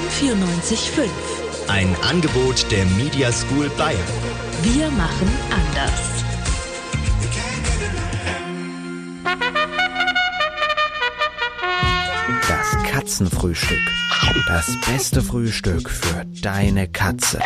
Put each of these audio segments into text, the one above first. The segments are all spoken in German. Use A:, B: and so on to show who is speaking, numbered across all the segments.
A: 94.5.
B: Ein Angebot der Media School Bayern.
A: Wir machen anders.
C: Das Katzenfrühstück. Das beste Frühstück für deine Katze.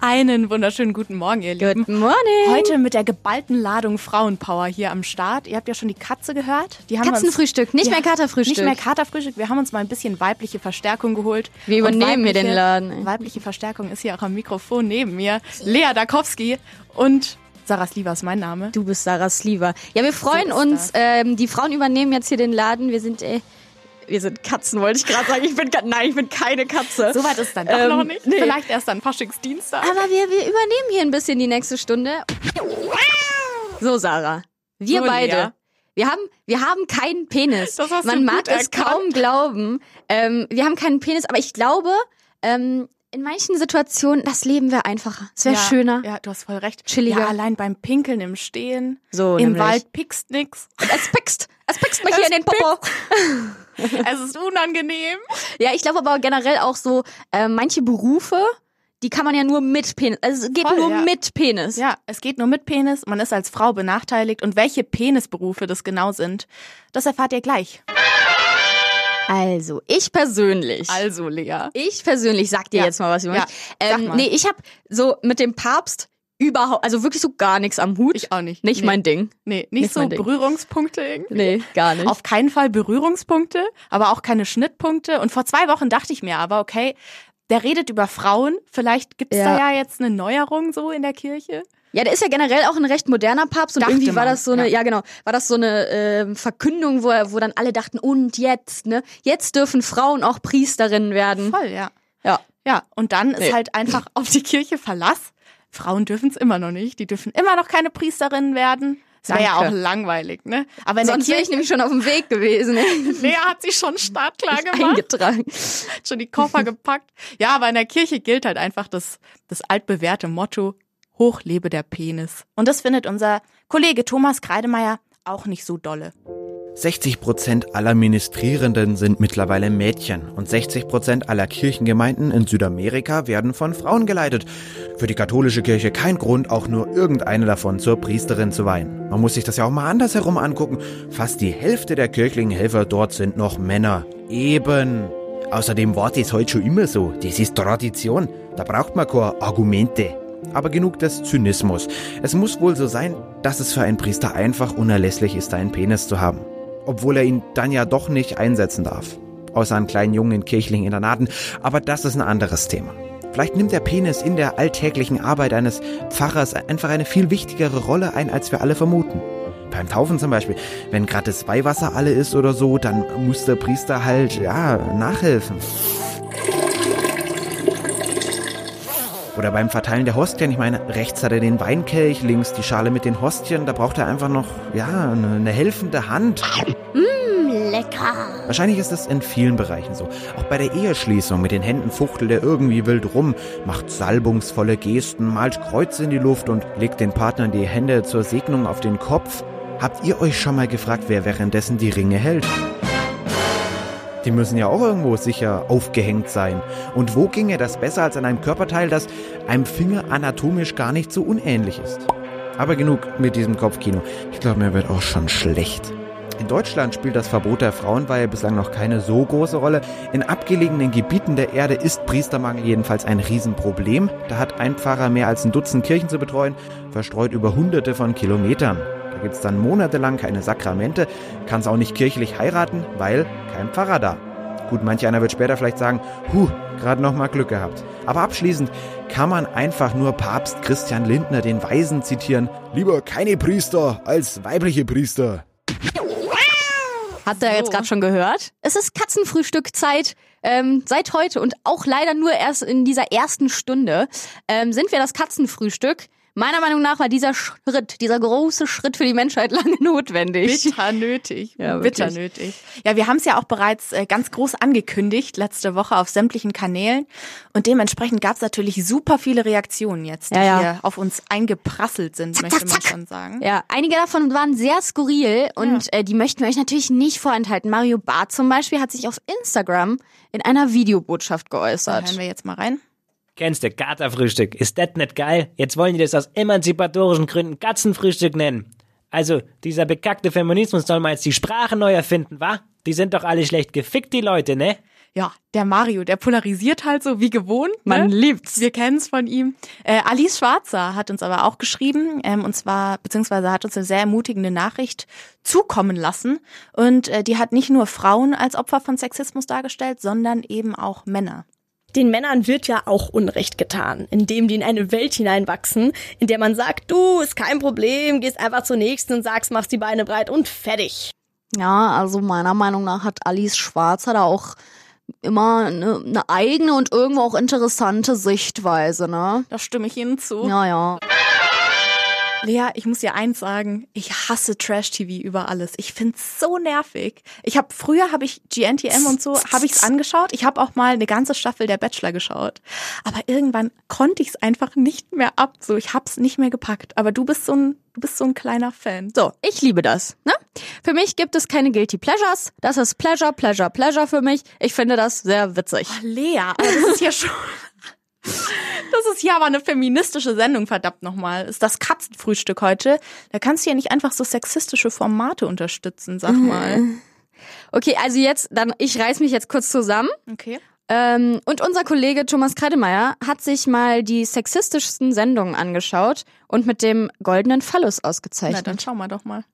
D: Einen wunderschönen guten Morgen, ihr Lieben.
E: Guten Morning.
D: Heute mit der geballten Ladung Frauenpower hier am Start. Ihr habt ja schon die Katze gehört. Die haben wir
E: Katzenfrühstück, nicht mehr Katerfrühstück.
D: Nicht mehr Katerfrühstück. Wir haben uns mal ein bisschen weibliche Verstärkung geholt.
E: Wir
D: Und
E: übernehmen hier
D: weibliche-
E: den Laden, ey.
D: Weibliche Verstärkung ist hier auch am Mikrofon neben mir. Lea Dakowski und Sarah Sliva ist mein Name.
E: Du bist Sarah Sliver. Ja, wir freuen
D: ist
E: uns. Ähm, die Frauen übernehmen jetzt hier den Laden. Wir sind, äh, wir sind Katzen, wollte ich gerade sagen. Ich bin, ka- nein, ich bin keine Katze.
D: So weit ist dann doch
E: Ähm,
D: noch nicht.
E: nee. Ah,
D: Vielleicht erst an Faschingsdienstag.
E: Aber wir, wir übernehmen hier ein bisschen die nächste Stunde. So, Sarah. Wir
D: So,
E: beide.
D: Lea.
E: Wir haben, wir haben keinen Penis.
D: Das hast du
E: Man mag
D: gut
E: es kaum glauben. Ähm, wir haben keinen Penis, aber ich glaube, ähm, in manchen Situationen, das Leben wäre einfacher. Es wäre
D: ja,
E: schöner.
D: Ja, du hast voll recht.
E: Chilliger.
D: Ja, allein beim Pinkeln im Stehen.
E: So,
D: Im
E: nämlich.
D: Wald pickst nix.
E: Und es pickst. Es pickst mich hier
D: Es
E: in den Popo.
D: Es ist unangenehm.
E: Ja, ich glaube aber generell auch so, äh, manche Berufe, die kann man ja nur mit Penis. Also es geht
D: Voll,
E: nur
D: ja.
E: mit Penis.
D: Ja, es geht nur mit Penis, man ist als Frau benachteiligt und welche Penisberufe das genau sind, das erfahrt ihr gleich.
E: Also, ich persönlich.
D: Also, Lea.
E: Ich persönlich sag dir
D: Ja.
E: jetzt mal was über
D: Ja.
E: mich.
D: Sag
E: Ähm,
D: mal.
E: nee, ich hab so mit dem Papst überhaupt, also wirklich so gar nichts am Hut.
D: Ich auch nicht.
E: Nicht
D: Nee.
E: mein Ding.
D: Nee, nicht,
E: Nicht
D: so
E: mein Ding.
D: Berührungspunkte irgendwie.
E: Nee, gar nicht.
D: Auf keinen Fall Berührungspunkte, aber auch keine Schnittpunkte. Und vor zwei Wochen dachte ich mir aber, okay, der redet über Frauen. Vielleicht gibt's
E: Ja.
D: da ja jetzt eine Neuerung so in der Kirche.
E: Ja, der ist ja generell auch ein recht moderner Papst und
D: Dachte
E: irgendwie war
D: man,
E: das so eine,
D: ja.
E: ja, genau, war das so eine ähm, Verkündung, wo, er- wo dann alle dachten, und jetzt, ne? Jetzt dürfen Frauen auch Priesterinnen werden.
D: Voll, ja.
E: Ja.
D: Ja, und dann ist
E: Mhm. Nee.
D: halt einfach auf die Kirche Verlass. Frauen dürfen es immer noch nicht. Die dürfen immer noch keine Priesterinnen werden. Das wäre ja auch
E: Danke.
D: langweilig, ne? Aber in
E: Sonst
D: der
E: wäre
D: Kirche
E: ich nämlich schon auf dem Weg gewesen.
D: Lea hat sich schon startklar gemacht,
E: Eingetragen.
D: hat schon die Koffer gepackt. Ja, aber in der Kirche gilt halt einfach das, das altbewährte Motto, hoch lebe der Penis. Und das findet unser Kollege Thomas Kreidemeier auch nicht so dolle.
C: 60% aller Ministrierenden sind mittlerweile Mädchen und 60% aller Kirchengemeinden in Südamerika werden von Frauen geleitet. Für die katholische Kirche kein Grund, auch nur irgendeine davon zur Priesterin zu weihen. Man muss sich das ja auch mal andersherum angucken. Fast die Hälfte der kirchlichen Helfer dort sind noch Männer. Eben. Außerdem war das heute schon immer so. Das ist Tradition. Da braucht man keine Argumente. Aber genug des Zynismus. Es muss wohl so sein, dass es für einen Priester einfach unerlässlich ist, einen Penis zu haben. Obwohl er ihn dann ja doch nicht einsetzen darf. Außer an kleinen Jungen in kirchlichen Internaten. Aber das ist ein anderes Thema. Vielleicht nimmt der Penis in der alltäglichen Arbeit eines Pfarrers einfach eine viel wichtigere Rolle ein, als wir alle vermuten. Beim Taufen zum Beispiel, wenn gerade das Weihwasser alle ist oder so, dann muss der Priester halt, ja, nachhelfen. Oder beim Verteilen der Hostien. Ich meine, rechts hat er den Weinkelch, links die Schale mit den Hostien. Da braucht er einfach noch, ja, eine eine helfende Hand.
E: Lecker.
C: Wahrscheinlich ist das in vielen Bereichen so. Auch bei der Eheschließung mit den Händen fuchtelt er irgendwie wild rum, macht salbungsvolle Gesten, malt Kreuze in die Luft und legt den Partnern die Hände zur Segnung auf den Kopf. Habt ihr euch schon mal gefragt, wer währenddessen die Ringe hält? Die müssen ja auch irgendwo sicher aufgehängt sein. Und wo ginge das besser als an einem Körperteil, das einem Finger anatomisch gar nicht so unähnlich ist? Aber genug mit diesem Kopfkino. Ich glaube, mir wird auch schon schlecht. In Deutschland spielt das Verbot der Frauenweihe bislang noch keine so große Rolle. In abgelegenen Gebieten der Erde ist Priestermangel jedenfalls ein Riesenproblem. Da hat ein Pfarrer mehr als ein Dutzend Kirchen zu betreuen, verstreut über hunderte von Kilometern. Da gibt's dann monatelang keine Sakramente, kann's auch nicht kirchlich heiraten, weil kein Pfarrer da. Gut, manch einer wird später vielleicht sagen, huh, gerade noch mal Glück gehabt. Aber abschließend kann man einfach nur Papst Christian Lindner den Weisen zitieren, lieber keine Priester als weibliche Priester.
E: Habt ihr jetzt gerade schon gehört? Es ist Katzenfrühstückzeit. Ähm, seit heute und auch leider nur erst in dieser ersten Stunde ähm, sind wir das Katzenfrühstück Meiner Meinung nach war dieser Schritt, dieser große Schritt für die Menschheit lange notwendig.
D: Bitter nötig.
E: Ja,
D: bitter
E: wirklich.
D: nötig. Ja, wir haben es ja auch bereits äh, ganz groß angekündigt letzte Woche auf sämtlichen Kanälen. Und dementsprechend gab es natürlich super viele Reaktionen jetzt, die
E: Ja, ja.
D: hier auf uns eingeprasselt sind, möchte man schon sagen.
E: Ja, einige davon waren sehr skurril und äh, die möchten wir euch natürlich nicht vorenthalten. Mario Barth zum Beispiel hat sich auf Instagram in einer Videobotschaft
D: Da
E: geäußert.
D: hören wir jetzt mal rein.
F: Kennst du Katerfrühstück? Ist das nicht geil? Jetzt wollen die das aus emanzipatorischen Gründen Katzenfrühstück nennen. Also, dieser bekackte Feminismus soll mal jetzt die Sprache neu erfinden, wa? Die sind doch alle schlecht gefickt, die Leute, ne?
D: Ja, der Mario, der polarisiert halt so wie gewohnt.
E: Man
D: ne?
E: liebt's.
D: Wir kennen's von ihm. Äh, Alice Schwarzer hat uns aber auch geschrieben, ähm, und zwar, beziehungsweise hat uns eine sehr ermutigende Nachricht zukommen lassen. Und äh, die hat nicht nur Frauen als Opfer von Sexismus dargestellt, sondern eben auch Männer.
G: Den Männern wird ja auch Unrecht getan, indem die in eine Welt hineinwachsen, in der man sagt, du, ist kein Problem, gehst einfach zur nächsten und sagst, machst die Beine breit und fertig.
E: Ja, also meiner Meinung nach hat Alice Schwarzer da auch immer eine, eine eigene und irgendwo auch interessante Sichtweise, ne?
D: Da stimme ich Ihnen zu.
E: Ja, ja.
D: Lea, ich muss dir eins sagen, ich hasse Trash-TV über alles. Ich find's so nervig. Ich habe früher habe ich GNTM und so habe ich's angeschaut. Ich habe auch mal eine ganze Staffel der Bachelor geschaut, aber irgendwann konnte ich's einfach nicht mehr ab. So, ich hab's nicht mehr gepackt. Aber du bist so ein du bist so ein kleiner Fan. So,
E: Ich liebe das. Ne? Für mich gibt es keine Guilty Pleasures. Das ist Pleasure, Pleasure, Pleasure für mich. Ich finde das sehr witzig.
D: Lea, aber das ist ja schon. Das ist ja aber eine feministische Sendung, verdammt nochmal. Ist das Katzenfrühstück heute? Da kannst du ja nicht einfach so sexistische Formate unterstützen, sag mal.
E: Okay, also jetzt, dann, ich reiß mich jetzt kurz zusammen.
D: Okay.
E: Ähm, und unser Kollege Thomas Kreidemeier hat sich mal die sexistischsten Sendungen angeschaut und mit dem goldenen Phallus
D: Na,
E: ausgezeichnet.
D: dann schauen wir doch mal.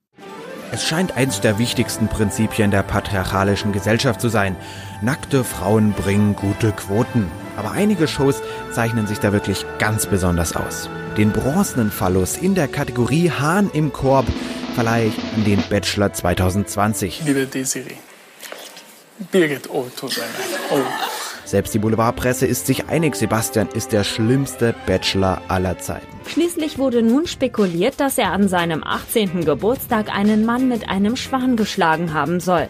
C: Es scheint eins der wichtigsten Prinzipien der patriarchalischen Gesellschaft zu sein. Nackte Frauen bringen gute Quoten. Aber einige Shows zeichnen sich da wirklich ganz besonders aus. Den bronzenen Phallus in der Kategorie Hahn im Korb verleihe ich an den Bachelor 2020.
H: Liebe Desiree, Birgit Ohthuseiner. Oh.
C: Selbst die Boulevardpresse ist sich einig, Sebastian ist der schlimmste Bachelor aller Zeiten.
I: Schließlich wurde nun spekuliert, dass er an seinem 18. Geburtstag einen Mann mit einem Schwan geschlagen haben soll.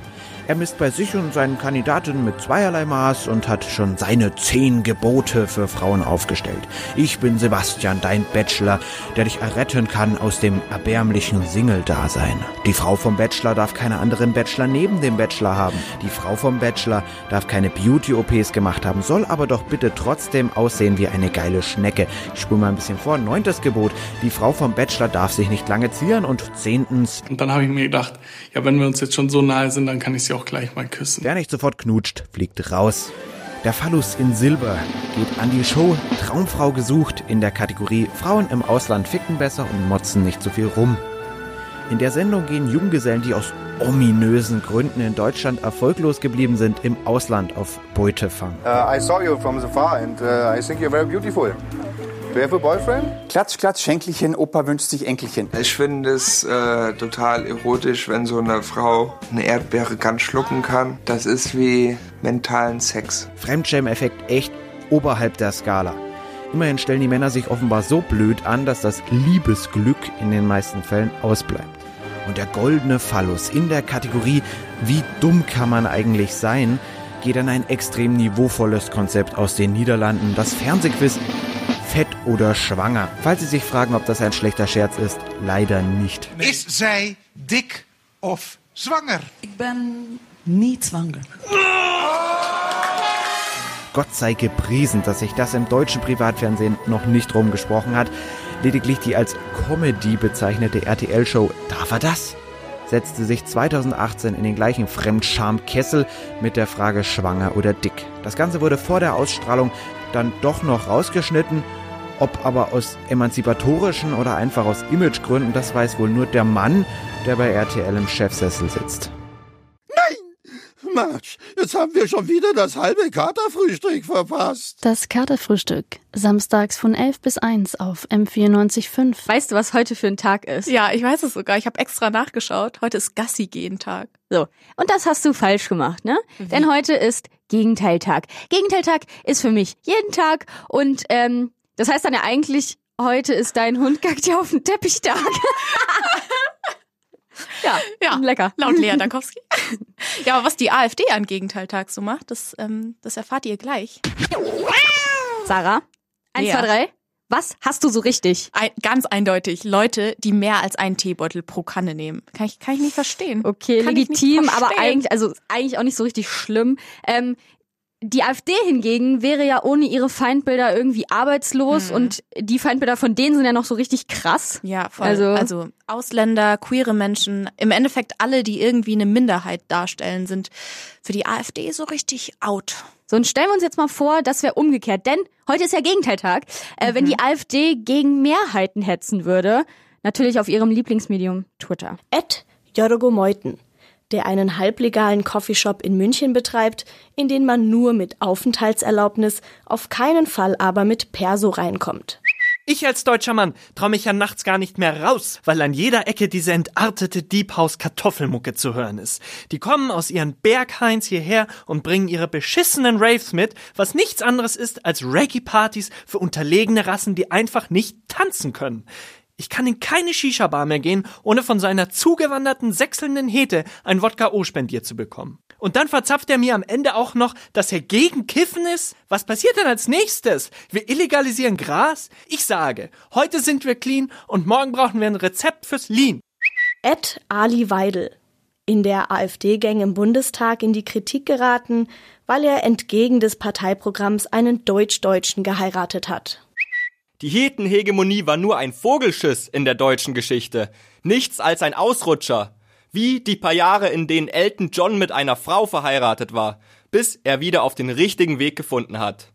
C: Er misst bei sich und seinen Kandidaten mit zweierlei Maß und hat schon seine zehn Gebote für Frauen aufgestellt. Ich bin Sebastian, dein Bachelor, der dich erretten kann aus dem erbärmlichen Single-Dasein. Die Frau vom Bachelor darf keine anderen Bachelor neben dem Bachelor haben. Die Frau vom Bachelor darf keine Beauty-OPs gemacht haben, soll aber doch bitte trotzdem aussehen wie eine geile Schnecke. Ich spule mal ein bisschen vor. Neuntes Gebot. Die Frau vom Bachelor darf sich nicht lange zieren. Und zehntens,
H: Und dann habe ich mir gedacht, ja, wenn wir uns jetzt schon so nahe sind, dann kann ich sie auch gleich mal küssen.
C: Wer nicht sofort knutscht, fliegt raus. Der Phallus in Silber geht an die Show Traumfrau gesucht in der Kategorie Frauen im Ausland ficken besser und motzen nicht so viel rum. In der Sendung gehen Junggesellen, die aus ominösen Gründen in Deutschland erfolglos geblieben sind, im Ausland auf Beutefang.
J: Uh, I saw you from the far and uh, I think you're very beautiful. Do you have a boyfriend? Klatsch, klatsch, Schenkelchen, Opa wünscht sich Enkelchen.
K: Ich finde es äh, total erotisch, wenn so eine Frau eine Erdbeere ganz schlucken kann. Das ist wie mentalen Sex.
C: Fremdschämen-Effekt echt oberhalb der Skala. Immerhin stellen die Männer sich offenbar so blöd an, dass das Liebesglück in den meisten Fällen ausbleibt. Und der goldene Phallus in der Kategorie Wie dumm kann man eigentlich sein? geht an ein extrem niveauvolles Konzept aus den Niederlanden, das Fernsehquiz Fett oder Schwanger. Falls Sie sich fragen, ob das ein schlechter Scherz ist, leider nicht.
J: Ist sei dick of zwanger?
C: Gott sei gepriesen, dass sich das im deutschen Privatfernsehen noch nicht rumgesprochen hat. Lediglich die als Comedy bezeichnete RTL-Show Darf er das? setzte sich 2018 in den gleichen Fremdschamkessel mit der Frage schwanger oder dick. Das Ganze wurde vor der Ausstrahlung dann doch noch rausgeschnitten. Ob aber aus emanzipatorischen oder einfach aus Imagegründen, das weiß wohl nur der Mann, der bei RTL im Chefsessel sitzt.
J: Mensch, jetzt haben wir schon wieder das halbe Katerfrühstück verpasst.
G: Das Katerfrühstück, samstags von 11 bis 1 auf M94.5.
E: Weißt du, was heute für ein Tag ist?
D: Ja, ich weiß es sogar. Ich habe extra nachgeschaut. Heute ist Gassi gehen Tag.
E: So. Und das hast du falsch gemacht, ne? Denn heute ist Gegenteiltag. Gegenteiltag ist für mich jeden Tag und ähm, das heißt dann ja eigentlich Heute ist dein Hund kackt ja auf den Teppichtag. ja,
D: ja,
E: lecker.
D: Laut Lea Dankowski. ja, aber was die AfD an Gegenteiltag so macht, das, ähm, das erfahrt ihr gleich.
E: Sarah, eins,
D: Lea.
E: zwei, drei. Was hast du so richtig?
D: Ein, ganz eindeutig, Leute, die mehr als einen Teebeutel pro Kanne nehmen. Kann ich, kann ich nicht verstehen.
E: Okay,
D: kann ich nicht
E: legitim, aber
D: verstehen.
E: eigentlich, also eigentlich auch nicht so richtig schlimm. Ähm, die AfD hingegen wäre ja ohne ihre Feindbilder irgendwie arbeitslos und die Feindbilder von denen sind ja noch so richtig krass.
D: Hm. Ja, voll.
E: Also-
D: Also, Ausländer, queere Menschen, im Endeffekt alle, die irgendwie eine Minderheit darstellen, sind für die AfD so richtig out.
E: So, und stellen wir uns jetzt mal vor, das wäre umgekehrt, denn heute ist ja Gegenteiltag. Äh,
D: Mhm.
E: Wenn die AfD gegen Mehrheiten hetzen würde, natürlich auf ihrem Lieblingsmedium Twitter.
G: Ed Jorgo Meuthen, der einen halblegalen Coffeeshop in München betreibt, in den man nur mit Aufenthaltserlaubnis, auf keinen Fall aber mit Perso reinkommt.
L: Ich als deutscher Mann traue mich ja nachts gar nicht mehr raus, weil an jeder Ecke diese entartete Diebhaus-Kartoffelmucke zu hören ist. Die kommen aus ihren Berghains hierher und bringen ihre beschissenen Raves mit, was nichts anderes ist als Reggae-Partys für unterlegene Rassen, die einfach nicht tanzen können. Ich kann in keine Shisha-Bar mehr gehen, ohne von seiner zugewanderten, sechselnden Hete ein Wodka-O spendiert zu bekommen. Und dann verzapft er mir am Ende auch noch, dass er gegen Kiffen ist? Was passiert denn als nächstes? Wir illegalisieren Gras? Ich sage, heute sind wir clean und morgen brauchen wir ein Rezept fürs Lean.
G: Ed Ali Weidel, in der AfD-Gang im Bundestag in die Kritik geraten, weil er entgegen des Parteiprogramms einen Deutsch-Deutschen geheiratet hat.
M: Die Hetenhegemonie war nur ein Vogelschiss in der deutschen Geschichte. Nichts als ein Ausrutscher. Wie die paar Jahre, in denen Elton John mit einer Frau verheiratet war, bis er wieder auf den richtigen Weg gefunden hat.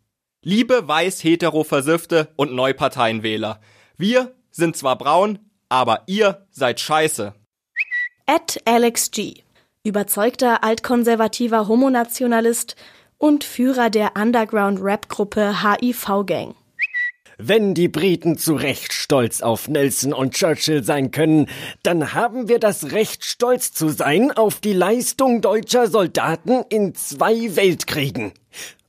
M: Liebe weiß hetero Versiffte und Neuparteienwähler. Wir sind zwar braun, aber ihr seid scheiße.
G: Ed Alex G., überzeugter altkonservativer Homonationalist und Führer der Underground-Rap-Gruppe HIV-Gang.
N: Wenn die Briten zu Recht stolz auf Nelson und Churchill sein können, dann haben wir das Recht, stolz zu sein auf die Leistung deutscher Soldaten in zwei Weltkriegen.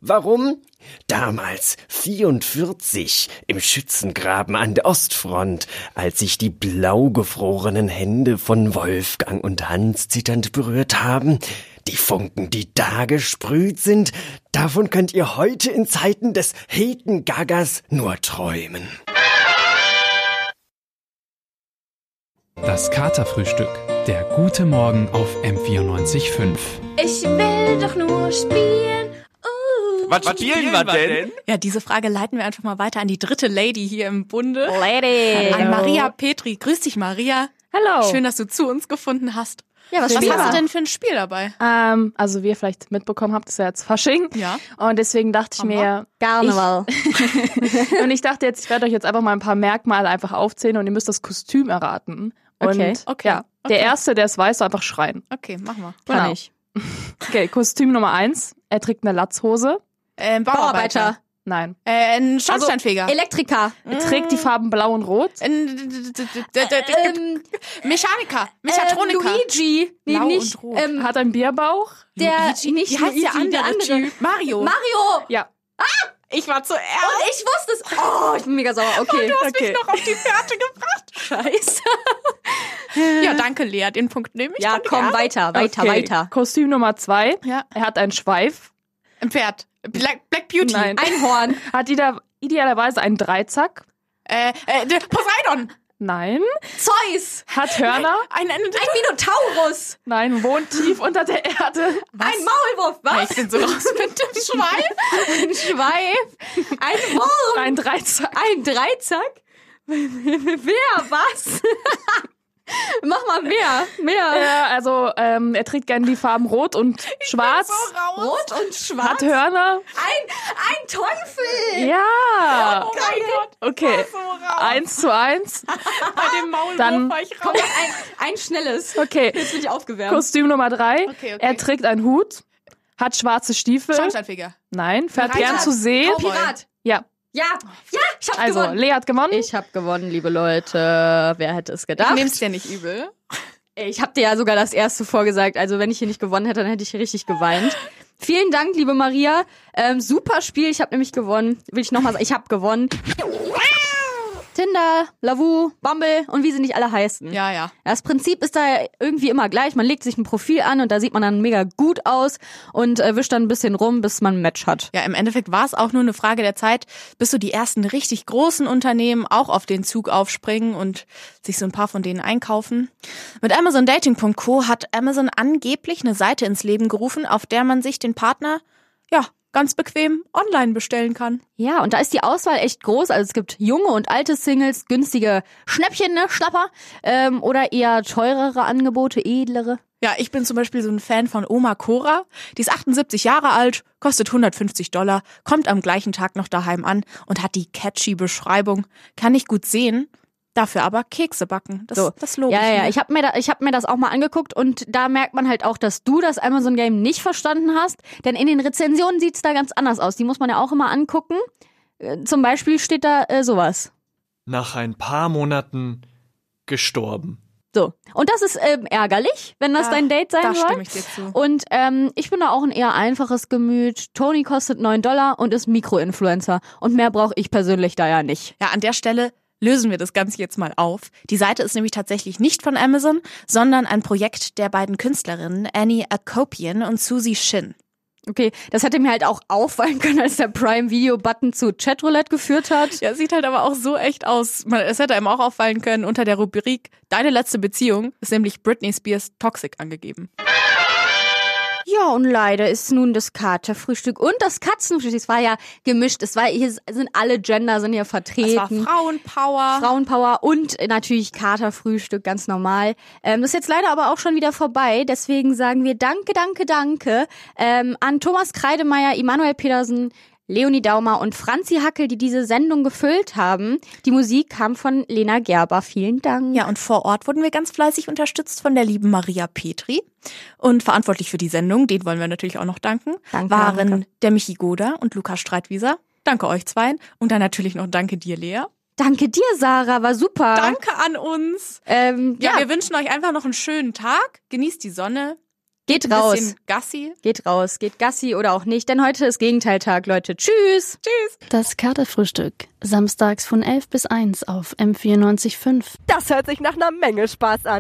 N: Warum? Damals, 44, im Schützengraben an der Ostfront, als sich die blaugefrorenen Hände von Wolfgang und Hans zitternd berührt haben, die Funken, die da gesprüht sind, davon könnt ihr heute in Zeiten des Hetengaggers nur träumen.
O: Das Katerfrühstück. Der gute Morgen auf M94.5.
P: Ich will doch nur spielen.
M: Was spielen wir denn?
D: Ja, diese Frage leiten wir einfach mal weiter an die dritte Lady hier im Bunde.
Q: Oh,
E: Lady.
D: An Maria Petri. Grüß dich, Maria.
Q: Hallo.
D: Schön, dass du zu uns gefunden hast.
Q: Ja, was spielen
D: hast
Q: wir?
D: du denn für ein Spiel dabei?
Q: Ähm, also wie ihr vielleicht mitbekommen habt, ist ja jetzt Fasching.
D: Ja.
Q: Und deswegen dachte ich mir...
E: Karneval.
Q: Ich, und ich dachte jetzt, ich werde euch jetzt einfach mal ein paar Merkmale einfach aufzählen und ihr müsst das Kostüm erraten. Und
D: Okay. Okay.
Q: ja, der
D: Okay.
Q: Erste, der es weiß, soll einfach schreien.
D: Okay, Genau. mach mal.
Q: Kann ich. Okay, Kostüm Nummer eins. Er trägt eine Latzhose.
D: Ähm, Bauarbeiter. Bauarbeiter.
Q: Nein.
D: Äh, ein Schornsteinfeger.
Q: Also,
E: Elektriker.
Q: Er trägt die Farben blau und rot.
E: Ähm,
D: Mechaniker. Mechatroniker.
E: Luigi. Nee,
Q: Blau
E: nicht, ähm,
Q: und rot. hat einen Bierbauch.
E: Der, nicht
Q: Wie heißt
E: Luigi,
Q: der andere
E: Typ?
D: Mario.
E: Mario!
Q: Ja.
D: Ich war zuerst.
E: Und ich wusste es. Oh, ich bin mega sauer. Okay.
D: du hast
E: okay.
D: mich noch auf die Fährte gebracht.
E: Scheiße.
D: ja, danke, Lea. Den Punkt nehme ich.
E: Ja,
D: Danke.
E: komm, weiter, weiter,
Q: Okay.
E: weiter.
Q: Kostüm Nummer zwei. Er hat einen Schweif.
D: Ein Pferd. Black, Black Beauty.
Q: Nein.
D: Ein
E: Horn.
Q: Hat jeder idealerweise einen Dreizack.
D: Äh, äh, der Poseidon.
Q: Nein.
E: Zeus.
Q: Hat Hörner.
D: Ein, ein,
E: Minotaurus.
Q: Nein, wohnt tief unter der Erde.
E: Ein Maulwurf, was?
D: Ich bin so raus mit dem Schweif.
E: Ein Schweif. Ein Wurm.
Q: Ein Dreizack.
E: Ein Dreizack? Wer? Was? Mach mal mehr. Mehr.
Q: Ja, also ähm, er trägt gerne die Farben Rot und Schwarz.
E: Rot und schwarz.
Q: Hat Hörner.
E: Ein, ein Teufel.
Q: Ja.
E: Oh mein Gott.
Q: Okay. Eins zu eins.
D: Bei dem Maulwurf
Q: Dann-
D: war Oh, ich raus.
E: Komm, ein, ein schnelles.
Q: Okay.
E: Jetzt bin ich aufgewärmt.
Q: Kostüm Nummer drei.
D: Okay, okay.
Q: Er trägt einen Hut. Hat schwarze Stiefel.
D: Schornsteinfeger.
Q: Nein. Fährt
D: Pirat.
Q: gern zu See.
D: Cowboy. Pirat.
Q: Ja.
E: Ja, ja, ich hab
Q: Also,
E: gewonnen.
Q: Lea hat gewonnen.
E: Ich hab gewonnen, liebe Leute. Wer hätte es
D: Ich
E: gedacht?
D: nehm's dir nicht übel.
E: Ich hab dir ja sogar das erste vorgesagt. Also wenn ich hier nicht gewonnen hätte, dann hätte ich hier richtig geweint. Vielen Dank, liebe Maria. Ähm, super Spiel. Ich habe nämlich gewonnen. Will ich nochmal sagen, ich habe gewonnen. Tinder, Lavu, Bumble und wie sie nicht alle heißen.
D: Ja, ja.
E: Das Prinzip ist da irgendwie immer gleich. Man legt sich ein Profil an und da sieht man dann mega gut aus und äh, wischt dann ein bisschen rum, bis man ein Match hat.
D: Ja, im Endeffekt war es auch nur eine Frage der Zeit, bis so die ersten richtig großen Unternehmen auch auf den Zug aufspringen und sich so ein paar von denen einkaufen. Mit Amazon Dating.co hat Amazon angeblich eine Seite ins Leben gerufen, auf der man sich den Partner, ja, ganz bequem online bestellen kann.
E: Ja, und da ist die Auswahl echt groß. Also es gibt junge und alte Singles, günstige Schnäppchen, ne, Schnapper, ähm, oder eher teurere Angebote, edlere.
D: Ja, ich bin zum Beispiel so ein Fan von Oma Cora. Die ist 78 Jahre alt, kostet 150 Dollar, kommt am gleichen Tag noch daheim an und hat die catchy Beschreibung. Kann ich gut sehen, dafür aber Kekse backen. Das,
E: So.
D: das lobe
E: ja,
D: ich.
E: ja,
D: mir.
E: ich habe mir, da, ich hab mir das auch mal angeguckt und da merkt man halt auch, dass du das Amazon Game nicht verstanden hast, denn in den Rezensionen sieht's da ganz anders aus. Die muss man ja auch immer angucken. Äh, Zum Beispiel steht da äh, sowas.
L: Nach ein paar Monaten gestorben.
E: So. Und das ist ähm, ärgerlich, wenn das
D: Ach,
E: dein Date sein
D: da
E: soll.
D: stimme ich dir zu.
E: Und ähm, ich bin da auch ein eher einfaches Gemüt. Tony kostet 9 Dollar und ist Mikroinfluencer. Und mehr brauche ich persönlich da ja nicht.
D: Ja, an der Stelle lösen wir das Ganze jetzt mal auf. Die Seite ist nämlich tatsächlich nicht von Amazon, sondern ein Projekt der beiden Künstlerinnen Annie Akopian und Susie Shin.
E: Okay, das hätte mir halt auch auffallen können, als der Prime-Video-Button zu Chatroulette geführt hat.
D: Ja, sieht halt aber auch so echt aus. Man- Es hätte einem auch auffallen können, unter der Rubrik Deine letzte Beziehung ist nämlich Britney Spears Toxic angegeben.
E: Ja, und leider ist nun das Katerfrühstück und das Katzenfrühstück. Es war ja gemischt. Es war, hier sind alle Gender sind hier
D: Es war
E: vertreten.
D: Frauenpower.
E: Frauenpower und natürlich Katerfrühstück, ganz normal. Ähm, das ist jetzt leider aber auch schon wieder vorbei, deswegen sagen wir Danke, Danke, Danke ähm, an Thomas Kreidemeier, Immanuel Petersen, Leonie Daumer und Franzi Hackel, die diese Sendung gefüllt haben. Die Musik kam von Lena Gerber. Vielen Dank.
D: Ja, und vor Ort wurden wir ganz fleißig unterstützt von der lieben Maria Petri. Und verantwortlich für die Sendung, den wollen wir natürlich auch noch danken,
E: Danke,
D: waren
E: danke.
D: der Michi Goda und Lukas Streitwieser. Danke euch zweien. Und dann natürlich noch danke dir, Lea.
E: Danke dir, Sarah, war super.
D: Danke an uns.
E: Ähm,
D: Ja,
E: ja,
D: wir wünschen euch einfach noch einen schönen Tag. Genießt die Sonne.
E: geht
D: Ein
E: raus.
D: bisschen Gassi.
E: Geht raus, geht Gassi oder auch nicht, denn heute ist Gegenteiltag, Leute. Tschüss.
D: Tschüss.
R: Das Katerfrühstück. Samstags von 11 bis 1 auf M94.5.
S: Das hört sich nach einer Menge Spaß an.